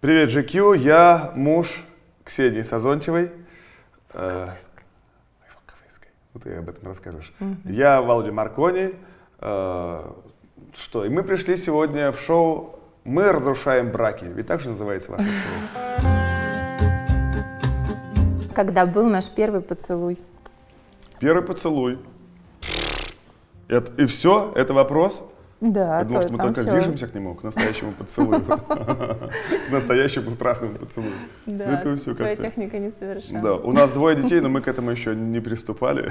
Привет, GQ, я муж Ксении Сазонтьевой. Э, ой, Волковыской. Ну, ты об этом расскажешь. Я Володя Маркони. Э, Что, и мы пришли сегодня в шоу «Мы разрушаем браки». Ведь так же называется ваше шоу? Когда был наш первый поцелуй? Первый поцелуй. Это- и все? Это вопрос? Да, Я думал, А то- что мы там только всё. движемся к нему, к настоящему поцелую. К настоящему страстному поцелую. Ну, Да, Это все твоя как-то. техника несовершенна. Да, у нас двое детей, но мы к этому еще не приступали.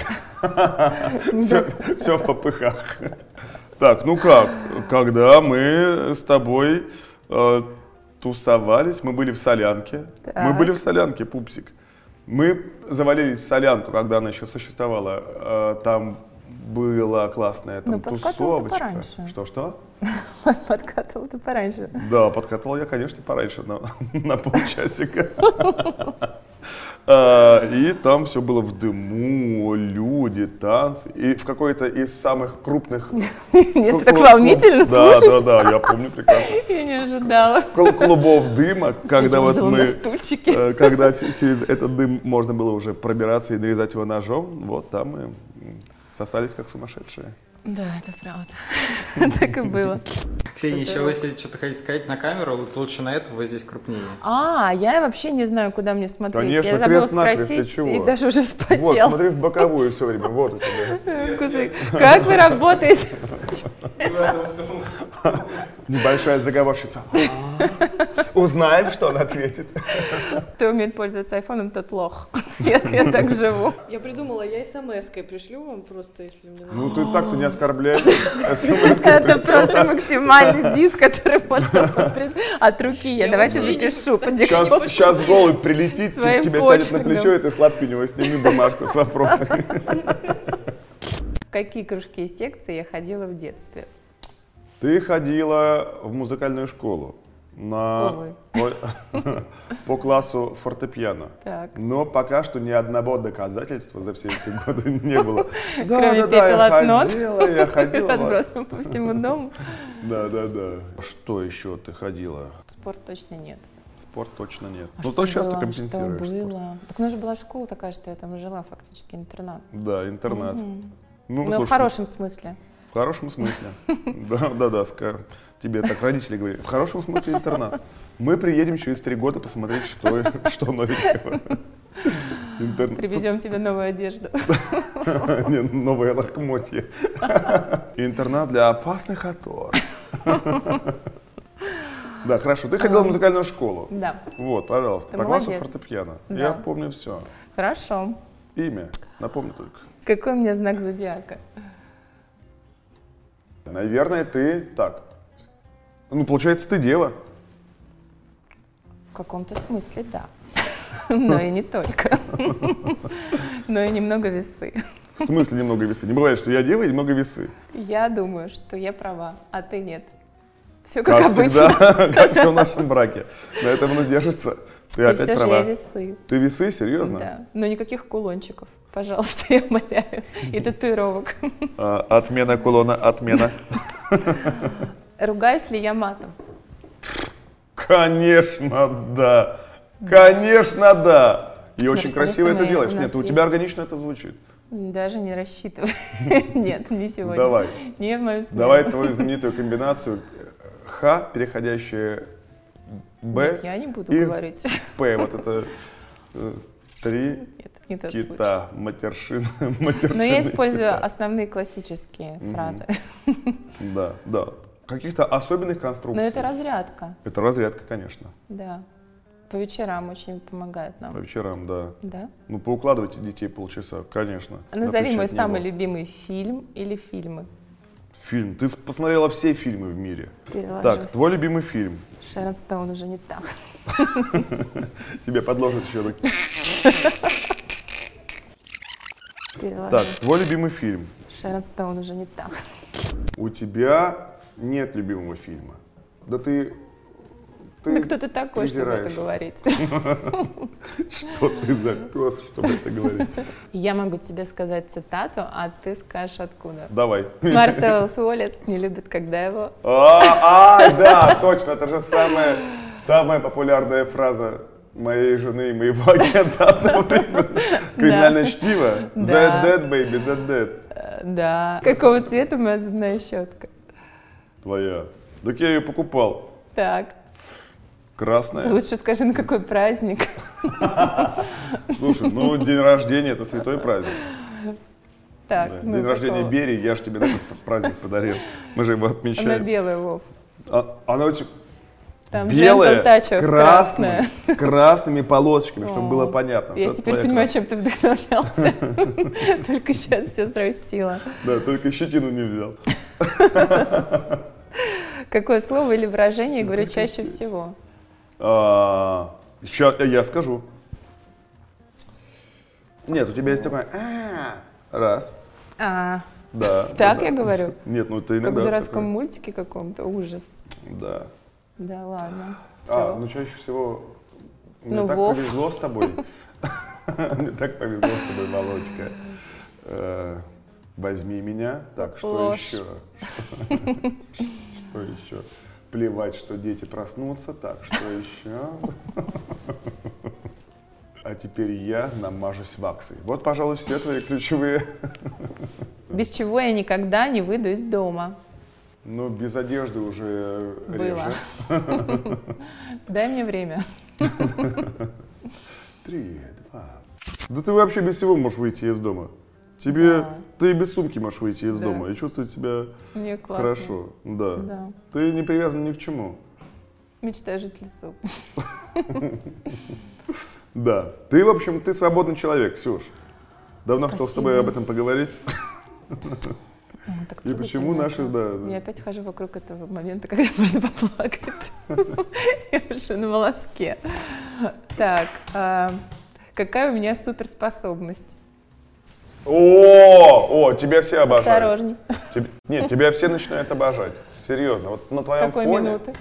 Все, в попыхах. Так, ну как, когда мы с тобой э, тусовались, мы были в солянке. Мы Так. были в солянке, пупсик. Мы завалились в солянку, когда она еще существовала. Э, там была классная там, Ну, подкатывал ты тусовочка. пораньше. Что-что? Подкатывал ты пораньше. Да, подкатывал я, конечно, пораньше, на, на полчасика. А, И там все было в дыму, люди, танцы. И в какой-то из самых крупных... Мне клу- это так клу- волнительно Ну, Да, слушать. да, да, я помню прекрасно. Я не ожидала. Кл- Клубов дыма, когда Я вот сидела на мы... стульчике. э, Когда ч- через этот дым можно было уже пробираться и нарезать его ножом, вот там мы м, сосались как сумасшедшие. Да, это правда. Так и было. Ксения, Это- еще вы, если что-то хотите сказать на камеру, вот лучше на эту, вы здесь крупнее. А, я вообще не знаю, куда мне смотреть. Конечно, я забыла крест-накрест, ты спросить чего? и даже уже Вот, вспотела. смотри в боковую все время, вот у тебя. Господи, как вы работаете? Небольшая заговорщица. А, Узнаем, что он ответит. Кто умеет пользоваться айфоном, тот лох. Нет, я так живу. Я придумала, я смс-кой пришлю вам просто, если мне надо. Ну, ты так-то не оскорбляй. СМС -кой Это присылай. просто максимальный диск, который можно купить от руки. Я давайте запишу. по Сейчас, диктовке. сейчас голубь прилетит, те- Своим тебе сядет на почерком. плечо, и ты сладко у него сними бумажку с вопросами. В какие кружки и секции я ходила в детстве? Ты ходила в музыкальную школу на... Увы. по- по классу фортепиано. Так. Но пока что ни одного доказательства за все эти годы не было. Кроме пепел от я нот. ходила, я ходила. вот. Отбросом по всему дому. Да, да, да. Что еще ты ходила? Спорт точно нет. Спорт точно нет. А ну, что то сейчас ты было? компенсируешь. Что спорт. было? Так у нас же была школа такая, что я там жила фактически интернат. Да, интернат. Ну, слушай, в хорошем смысле. В хорошем смысле. Да, да, да. ска- Тебе так родители говорили. В хорошем смысле интернат. Мы приедем через три года посмотреть, что, что новенького. Интернат. Привезем тебе новую одежду. Не, Новые лохмотья. Интернат для опасных отор. Да, хорошо. Ты ходила в музыкальную школу. Да, Вот, пожалуйста. Ты По классу молодец. фортепиано. Да. Я помню все. хорошо. Имя. Напомню только. Какой у меня знак зодиака? Наверное, ты так. Ну, получается, ты дева. В каком-то смысле, да. Но и не только. Но и немного весы. В смысле немного весы? Не бывает, что я дева и немного весы. Я думаю, что я права, а ты нет. Все как, Как, обычно. всегда, как все в нашем браке. На этом он и держится. Ты И опять все же права. я весы. Ты весы, серьезно? Да. Но никаких кулончиков, пожалуйста, я умоляю. И татуировок. А, отмена кулона, отмена. Ругаюсь ли я матом? Конечно, да. Конечно, да. И очень расскажи, красиво что это мы- делаешь. у Нет, ну нас у тебя есть. органично это звучит. Даже не рассчитываю. Нет, не сегодня. Давай. Не в мою сторону. Давай твою знаменитую комбинацию э, Х, переходящая Б. Нет, я не буду и говорить. П, вот это э, три Нет, не тот случай. кита, матершин, Но я использую кита. основные классические фразы. Да, да. Каких-то особенных конструкций. Но это разрядка, Это разрядка, конечно. да. По вечерам очень помогает По нам. вечерам, да. Да. Ну, поукладывайте детей полчаса, конечно. Назови мой Отвечать не самый было. любимый фильм или фильмы. Фильм. Ты с- посмотрела все фильмы в мире. Переложусь. Так, твой любимый фильм. Шерон Стоун уже не там. Тебе подложат еще. так. Переложусь. Так, твой любимый фильм. Шерон Стоун уже не там. У тебя нет любимого фильма. Да ты... ты- Да кто ты такой, чтобы это презираешь. говорить? Что ты за пес, чтобы это говорить? Я могу тебе сказать цитату, а ты скажешь откуда. Давай. Марсел Уоллес не любит, когда его... А, а, да, точно, это же самое. Самая популярная фраза моей жены и моего агента одновременно. Криминальное чтиво. That Да. dead, baby, that dead. Э, Да. Какого цвета моя зубная щетка? Твоя. Так я ее покупал. Так. Красная. Лучше скажи, на какой праздник. Слушай, ну день рождения это святой праздник. Так, Да. ну, День рождения какого? Берии, я же тебе такой праздник подарил. Мы же его Она отмечаем. белая, Вов. А- Она очень Там белая, Джентл Тача с красным- красная. с красными полосочками, чтобы О, было понятно. что Я это теперь твоя понимаю, чем ты вдохновлялся. Только сейчас все срастила. красная. Да, только щетину не взял. Какое слово или выражение я говорю чаще всего? Сейчас А, я скажу. Нет, у тебя есть такое. «А». Раз. А, Да. Так да, я да. говорю? Нет, ну ты как иногда. в дурацком такое. мультике каком-то. Ужас. Да. Да ладно. А, Всё. ну чаще всего мне Ну, так Вов. повезло с тобой. Мне так повезло с тобой, Володька. Э, Возьми меня. Так, что Ложь. еще? Что еще? Плевать, что дети проснутся. Так, что еще? А теперь я намажусь ваксой. Вот, пожалуй, все твои ключевые. Без чего я никогда не выйду из дома. Ну, без одежды уже Было. реже. Дай мне время. Три, два. Да ты вообще без всего можешь выйти из дома. Тебе Да. ты и без сумки можешь выйти из Да. дома и чувствовать себя Мне классно. хорошо. Да. Да. Ты не привязан ни к чему. Мечта жить в лесу. Да. Ты, в общем, ты свободный человек, Сюш. Давно хотел с тобой Спасибо. об этом поговорить. Ой, так И почему трогательно наши, это. да. Я да. опять хожу вокруг этого момента, когда можно поплакать. Я уже на волоске. Так, а, какая у меня суперспособность? О, о, тебя все обожают. Осторожней. Тебе- Нет, тебя все начинают обожать. Серьезно, вот на С твоем какой фоне. минуты?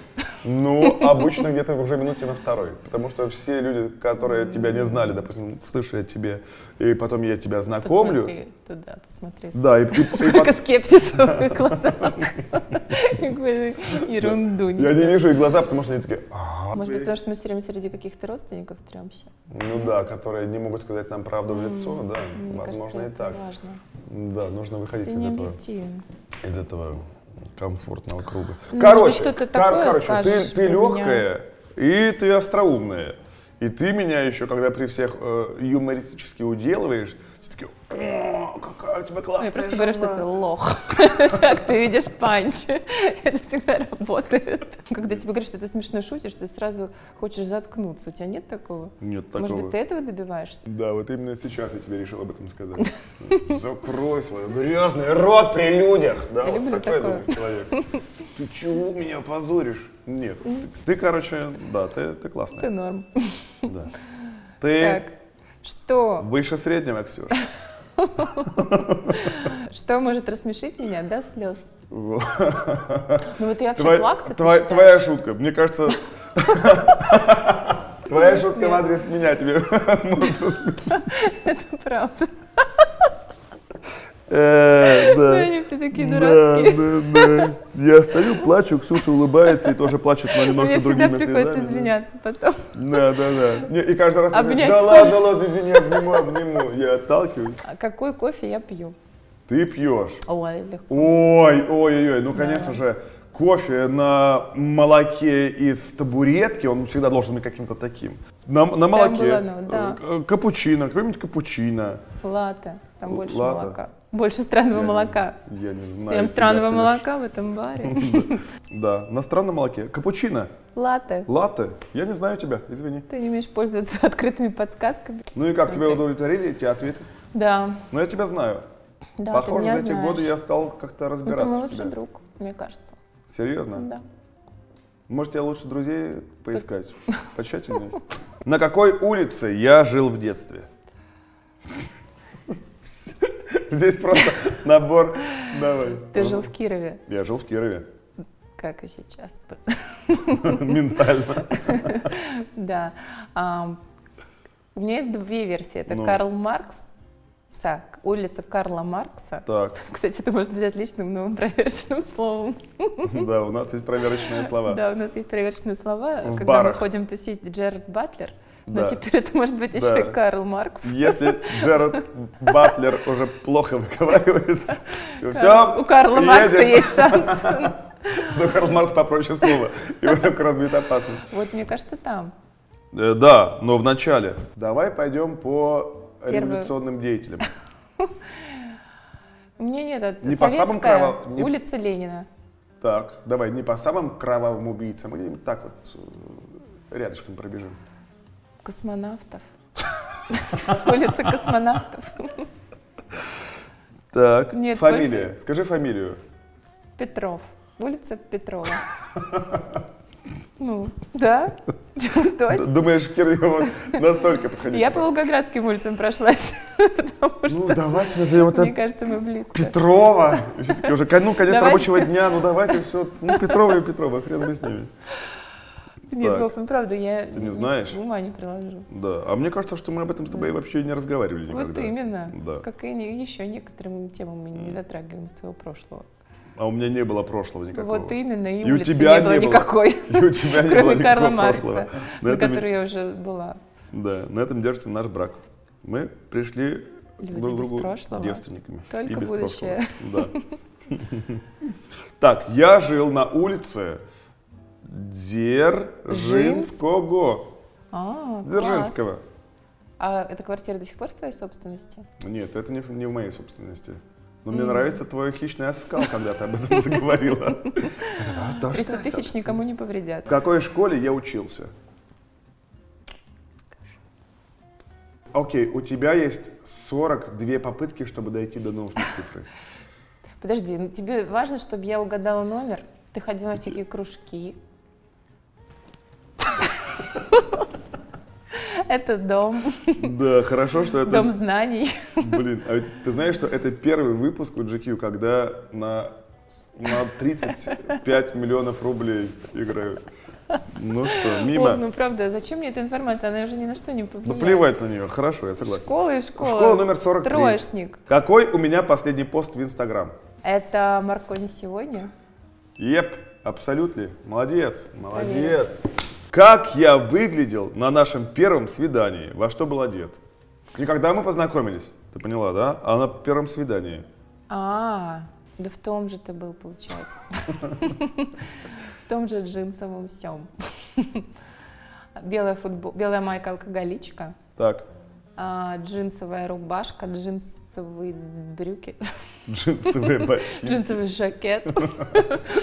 Ну, обычно где-то уже минуте на второй. Потому что все люди, которые тебя не знали, допустим, слышали о тебе, и потом я тебя знакомлю. Посмотри туда, посмотри. Да, и, и- и Сколько пот- скепсиса в их глазах. Я говорю, Ерунду. я не вижу их глаза, потому что они такие, «А, Может ты». быть, потому что мы все время среди каких-то родственников тремся. ну да, которые не могут сказать нам правду в лицо, да, Мне возможно кажется, и так. это важно. Да, нужно выходить Ты из не этого, объективен. из этого комфортного круга. Ну, короче, может быть, что-то кор- такое короче, скажешь ты, ты про меня. легкая и ты остроумная. И ты меня еще, когда при всех э, юмористически уделываешь, все такие, о, какая у тебя классная Ну, Я просто говорю, что жена». ты лох. Так, ты видишь панчи. Это всегда работает. Когда тебе говорят, что ты смешно шутишь, ты сразу хочешь заткнуться. У тебя нет такого? Нет Может такого. быть, ты этого добиваешься? Да, вот именно сейчас я тебе решил об этом сказать. Закрой свой грязный рот при людях. Да, Я вот люблю такой я такое. думаю, человек. Ты чего меня позоришь? Нет, ты, ты, короче, да, ты, ты Ты классная. норм. Да. Ты Так, что? выше среднего, Ксюша. Что может рассмешить меня до слез? Вот. Ну вот я вообще Твоя- плакса, ты твоя- считаешь? Твоя шутка, мне кажется... Твоя Конечно, шутка в нет. адрес меня тебе. Это правда. Э, Ну, да. Они все такие Да, дурацкие. да, да. Я стою, плачу, Ксюша улыбается и тоже плачет, но немножко Мне всегда другими приходится слезами, да. извиняться потом. Да, да, да. Не, и каждый раз ты говоришь, Обнять да ладно, ладно, извини, обниму, обниму. Я отталкиваюсь. А какой кофе я пью? Ты пьешь. Ой, легко. Ой, ой, ой, ну конечно же, кофе на молоке из табуретки, он всегда должен быть каким-то таким. На, на молоке. было, ну, да. э, Капучино, какой-нибудь капучино. Лата. Там Л- больше латте. молока. Больше странного Я не молока. зн- Я не знаю. Всем тебя, странного Саш. молока в этом баре. Да, на странном молоке. Капучино, Латте. латте. Я не знаю тебя, извини. Ты не умеешь пользоваться открытыми подсказками. Ну и как тебя Окей. удовлетворили эти ответы? Да, Ну я тебя знаю. да, ты Похоже, меня за эти знаешь. годы я стал как-то Ну, ты разбираться мой в тебе. лучший друг, мне кажется. Серьезно? Да. Может, я лучше друзей поискать? Почательнее. На какой улице я жил в детстве? Здесь просто набор. Давай. Ты жил в Кирове, Я жил в Кирове. как и сейчас. Ментально. Да. А, У меня есть две версии. Это Ну. Карл Маркс Са. Улица Карла Маркса. Так, Кстати, это может быть отличным новым проверочным словом. Типа да, у нас есть проверочные слова. Да, у нас есть проверочные слова. В Когда барах. мы ходим тусить Джерард Батлер, но Да. теперь это может быть Да. еще и Карл Маркс. Если Джерард Батлер уже плохо выговаривается, Карл- У все, Карла Маркса едем. есть шанс. но Карл Маркс попроще слова, и в этом как раз будет опасность. Вот, мне кажется, там. Э, Да, но в начале. Давай пойдем по Первую. революционным деятелям. Мне нет, это Не по самым советская кровав- не- улица Ленина. Так, давай не по самым кровавым убийцам, а где-нибудь так вот э, рядышком пробежим. Космонавтов. Улица космонавтов. Так, Нет, фамилия. Скажи фамилию. Петров. Улица Петрова. Ну, да, точно. Думаешь, Кириллова настолько подходит? Я по Волгоградским улицам прошлась, потому Ну, что, давайте назовем это мне кажется, мы близко. Петрова. Все-таки уже кон- ну, конец Давайте. рабочего дня, ну давайте все. Ну, Петрова и Петрова, хрен бы с ними. Нет, Так. Вов, ну правда, я Ты не знаешь? ума не приложу. Да, а мне кажется, что мы об этом с тобой вообще не разговаривали никогда. Вот именно. Да. Как и не- еще некоторым темам мы не затрагиваем с твоего прошлого. А у меня не было прошлого никакого. Вот именно, и, И у улицы тебя не было не было. никакой, И у тебя не было кроме никакого Карла Маркса, прошлого. На на этом- которой я уже была. Да, на этом держится наш брак. Мы пришли Люди друг к без другу прошлого. девственниками. Только и без будущее. прошлого. Да. Так, я жил на улице Дзержинского. А, класс. Дзержинского. А эта квартира до сих пор в твоей собственности? Нет, это не, в- не в моей собственности. Но мне нравится твой хищный оскал, когда ты об этом заговорила. Это да, 300 да, тысяч собственно. никому не повредят. В какой школе я учился? Окей, у тебя есть 42 попытки, чтобы дойти до нужной цифры. Подожди, ну тебе важно, чтобы я угадала номер? Ты ходила на всякие кружки. Это дом, Да, хорошо, что это... дом знаний. Блин, а ведь ты знаешь, что это первый выпуск у GQ, когда на, на 35 миллионов рублей играют. Ну что, Ой, мимо. ну правда, зачем мне эта информация? Она уже ни на что не Ну повлияет. плевать на нее, хорошо, я согласен. Школа и школа. Школа номер 43. Троечник. Какой у меня последний пост в Инстаграм? Это Маркони сегодня? Еп, абсолютно. Молодец, молодец. Как я выглядел на нашем первом свидании? Во что был одет? И когда мы познакомились, ты поняла, да? А на первом свидании. А, да в том же ты был, получается. В том же джинсовом всем. Белая футбол, белая майка алкоголичка, Так, а, джинсовая рубашка, джинсовые брюки, джинсовые ботинки, джинсовый жакет.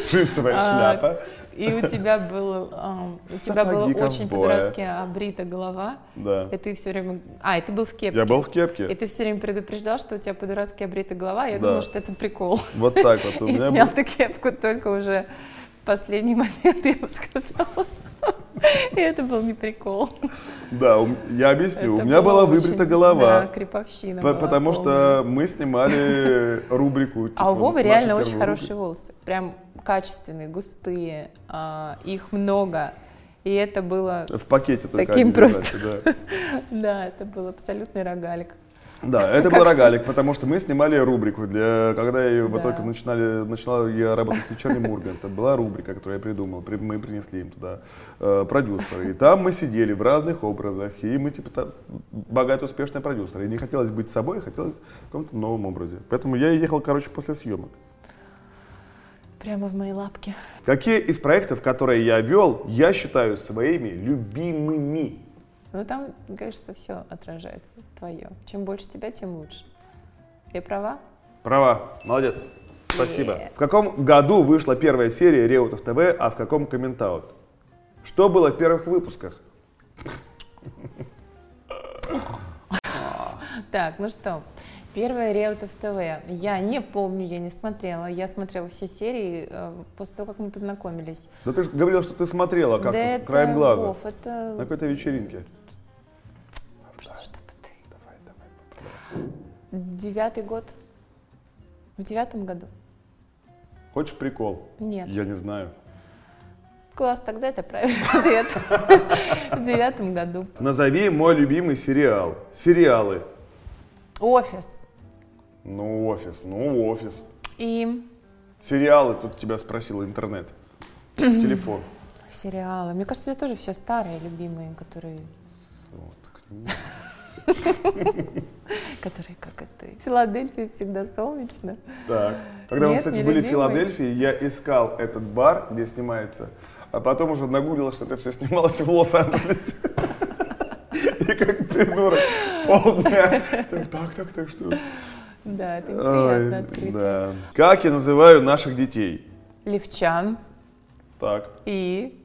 джинсовая А, шляпа. И у тебя был, ам, у тебя была Сапоги очень ковбоя. по-дурацки обрита голова. Да. И ты все время... А, и ты был в кепке. Я был в И кепке. ты все время предупреждал, что у тебя по-дурацки обрита голова. Я Да. думала, что это прикол. Вот так вот. У И меня снял был- ты кепку только уже в последний момент, я бы сказала. И это был не прикол. Да, у м- я объясню. У Это меня было была очень- выбрита голова. Да, креповщина По- была Потому полная. что мы снимали рубрику. А типа, у Вовы «Наши реально очень первые хорошие волосы. Прям качественные, густые, а, их много. И это было, рубрики». В пакете только Таким они просто. лежат, да. да, это был абсолютный рогалик. Да, это был рогалик, потому что мы снимали рубрику. Для, когда я ее вот Да. только начинали, начала я работать с вечерним Ургантом, была рубрика, которую я придумал. При- Мы принесли им туда э, продюсеры. И там мы сидели в разных образах. И мы типа та- богатые, успешные продюсеры. И не хотелось быть собой, а хотелось в каком-то новом образе. Поэтому я ехал, короче, после съемок. Прямо в моей лапке. Какие из проектов, которые я вел, я считаю своими любимыми? Ну там, мне кажется, все отражается твое. Чем больше тебя, тем лучше. Я права? Права, молодец. Спасибо. Е. В каком году вышла первая серия Реутов ТВ, а в каком Комментаут? Что было в первых выпусках? Так, ну что, первое Реутов ТВ. Я не помню, я не смотрела. Я смотрела все серии э, после того, как мы познакомились. Да ты же говорила, что ты смотрела А как-то Да это, краем глаза. Вов, На это какой-то вечеринке. просто чтобы ты. Девятый год. В девятом году? Хочешь прикол? Нет. Я не знаю. Класс, тогда это правильный ответ. В девятом году. Назови мой любимый сериал. Сериалы. Офис. Ну, офис, ну, офис. И Сериалы, тут тебя спросил интернет. Телефон. сериалы. Мне кажется, у тебя тоже все старые любимые, которые, Вот так. которые как и ты. В Филадельфии всегда солнечно. Так. Когда мы, Нет, кстати, не были в любимый. Филадельфии, я искал этот бар, где снимается, а потом уже нагуглил, что это все снималось в Лос-Анджелесе. И как придурок полдня. Так, так, так, так, что? Да, это Ой, неприятное открытие. да. Как я называю наших детей? Левчан Так. и...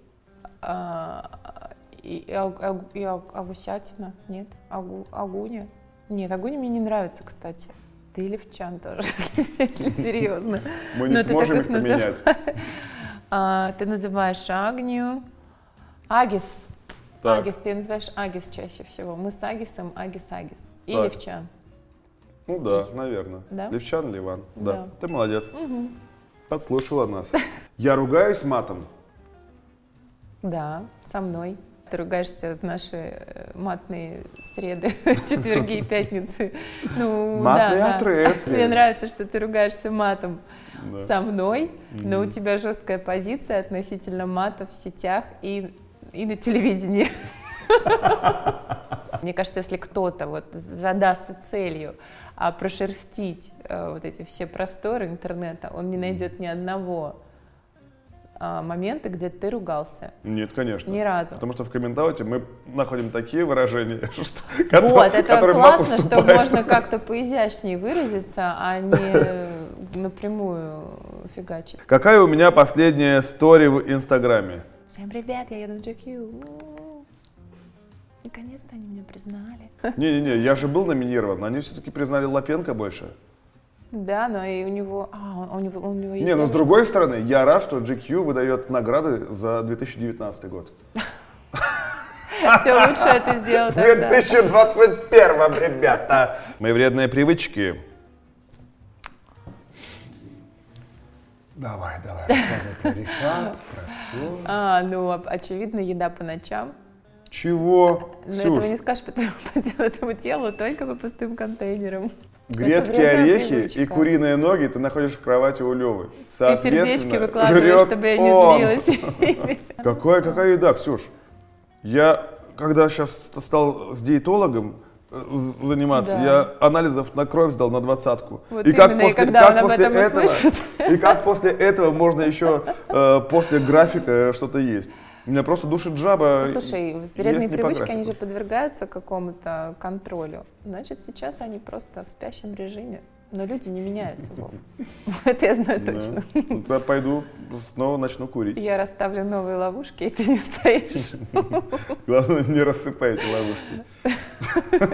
а, и, аг- аг- и аг- Агусятина, нет? Агу, агуня? Нет, Агуня мне не нравится, кстати. Ты и Левчан тоже, если серьезно. Мы Но не ты Ну, так сможем их их поменять. А, ты называешь Агнию. Агис. Так. Агис, ты называешь Агис чаще всего. Мы с Агисом, Агис, Агис. И Так. Левчан. Ну да, наверное. Да? Левчан Ливан. Да. Да. Ты молодец. Подслушала нас. Я ругаюсь матом. Да, со мной. Ты ругаешься в наши э, матные среды, четверги и пятницы. Ну, Матный да, да. отрыв. Мне нравится, что ты ругаешься матом Да. со мной, но у тебя жесткая позиция относительно мата в сетях и, и на телевидении. Мне кажется, если кто-то вот задастся целью а, прошерстить э, вот эти все просторы интернета, он не найдет ни одного а, момента, где ты ругался. Нет, конечно. Ни разу. Потому что в комментауте мы находим такие выражения, что, Вот, которые- это которые мат классно, что уступает. можно как-то поизящнее выразиться, а не э, напрямую фигачить. Какая у меня последняя стори в Инстаграме? Всем привет, я еду в GQ. Наконец-то они меня признали. Не-не-не, я же был номинирован, они все-таки признали Лапенко больше. Да, но и у него... А, он- у него, у него есть Не, ну с девушка. другой стороны, я рад, что GQ выдает награды за 2019 год. Все лучше это сделал тогда. 2021, ребята! Мои вредные привычки. Давай, давай, рассказывай про рехаб, про все. А, ну, об- очевидно, еда по ночам. Чего? Но этого Ксюш, Ну, не скажешь по твоему, по делу- этому телу, только по пустым контейнерам. грецкие это вредная орехи и привычка. куриные ноги ты находишь в кровати у Левы. Ты сердечки выкладываешь, чтобы я не злилась. Какая, какая еда, Ксюш? Я, когда сейчас стал с диетологом э, з- заниматься, Да. я анализов на кровь сдал на двадцатку. Вот именно, и когда он об этом и слышит. и как после этого можно еще э, после графика что-то есть. Меня просто душит жаба. Ну, Слушай, Есть Э, вредные не по привычки, они графику. же подвергаются какому-то контролю. Значит, сейчас они просто в спящем режиме. Но люди не меняются, Вов. Это я знаю Да. точно. Ну, тогда пойду снова начну курить. Я расставлю новые ловушки, и ты не стоишь. Главное, не рассыпайте ловушки.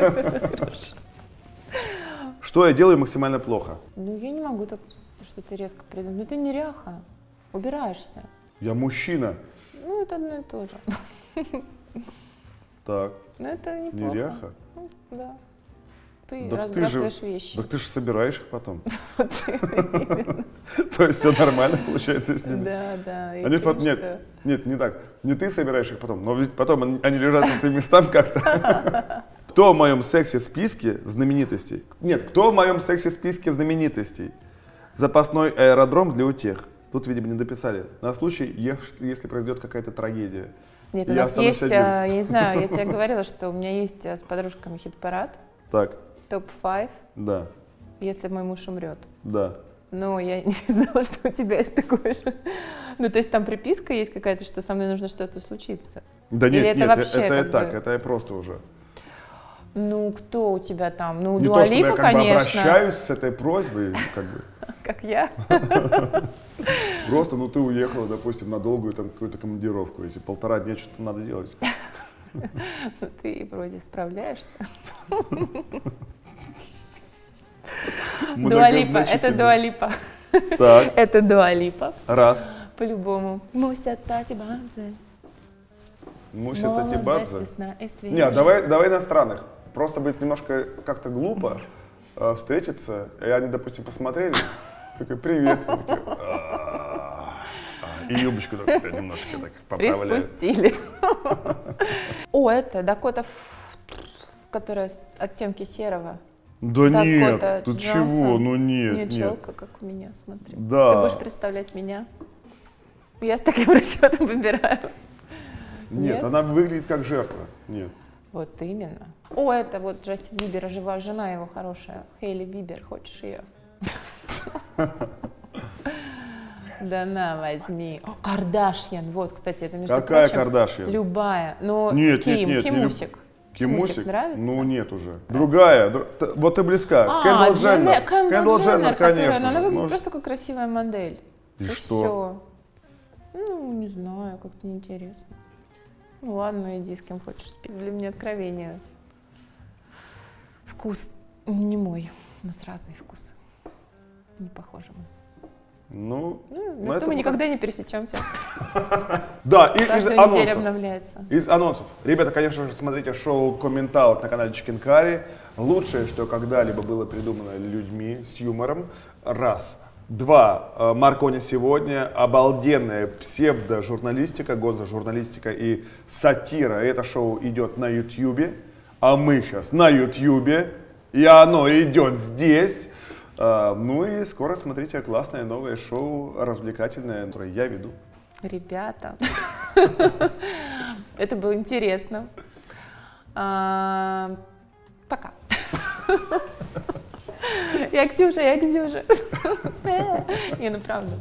Что я делаю максимально плохо? Ну, я не могу так, что ты резко придумать. Ну, ты неряха. Убираешься. Я мужчина. Ну, это одно и то же. Так, Но это неплохо. неряха. Ну, Да. Ты Так ты же- разбрасываешь вещи. Так ты же собираешь их потом. Вот. То есть все нормально получается с ними. Да, да. и Они ты потом- что? нет, нет, не так. Не ты собираешь их потом, но ведь потом они, они лежат по своим местам как-то. Кто в моем сексе-списке знаменитостей? Нет, кто в моем сексе-списке знаменитостей? Запасной аэродром для утех. Тут, видимо, не дописали. На случай, ех- если произойдет какая-то трагедия. Нет, у Я нас останусь есть, один. а, я не знаю, я тебе говорила, что у меня есть а, с подружками хит-парад, Так, топ-5, да, если мой муж умрет. да. Но я не знала, что у тебя есть такое же. Ну, то есть там приписка есть какая-то, что со мной нужно что-то случиться. Да Или нет, это нет, вообще это я как так, бы- это я просто уже. Ну, кто у тебя там? Ну, Не то, чтобы Дуалипа, я как бы конечно. обращаюсь с этой просьбой, как бы. Как я. Просто, ну ты уехала, допустим, на долгую там какую-то командировку, эти полтора дня что-то надо делать. Ну, ты вроде справляешься. Дуалипа, это Многозначительно. Дуалипа. Так, Это Дуалипа, раз. по-любому. Муся Татибадзе. Муся молодость, Татибадзе. весна и свежесть. Не, а давай, давай иностранных. Просто будет немножко как-то глупо э, встретиться, и они, допустим, посмотрели, такой, привет. Я такой, «А-а-а». а». И юбочку так немножко так поправляют. Приспустили. О, это Дакота, Ф- которая с оттенки серого. Да Дакота нет, ты э, Джонсон. чего? Ну У нее нет, нет. челка, как у меня, смотри. Ты Да. будешь представлять меня? Я с таким расчетом выбираю. Нет, Нет? она выглядит как жертва. Нет. Вот именно. О, это вот Джастин Бибер, а жива жена его хорошая. Хейли Бибер, хочешь ее? Да на, возьми. О, Кардашьян, вот, кстати, это, между Какая прочим, Кардашьян? любая. Ну, Нет, нет, нет, Ким, не люб- Кимусик. Кимусик? нравится? Ну нет уже. Другая. дру- т- Вот ты близка. а, Кендалл Дженнер. Дженнер, Кэндалл Кэндалл Дженнер, Дженнер, которая- конечно. ну, Она же. выглядит Ну, просто как красивая модель. И что? Ну, всё. Ну, не знаю, как-то неинтересно. Ну ладно, иди с кем хочешь спи. Для меня откровение. Вкус не мой. У нас разные вкусы. Не похожи мы. Ну, Ну, Ну, зато это мы вот никогда не пересечемся. да, и из Каждую неделю анонсов. обновляется. Из анонсов. Ребята, конечно же, смотрите шоу «Комментаут» на канале Чикенкари. Лучшее, что когда-либо было придумано людьми с юмором. Раз. Два. Э, Маркони сегодня. Обалденная псевдо-журналистика, гонзо-журналистика и сатира. Это шоу идет на Ютьюбе. А мы сейчас на Ютьюбе. И оно идет здесь. Э, Ну и скоро смотрите классное новое шоу, развлекательное, которое я веду. Ребята. Это было интересно. А, Пока. Я Ксюша, я Ксюша. Не, ну правда.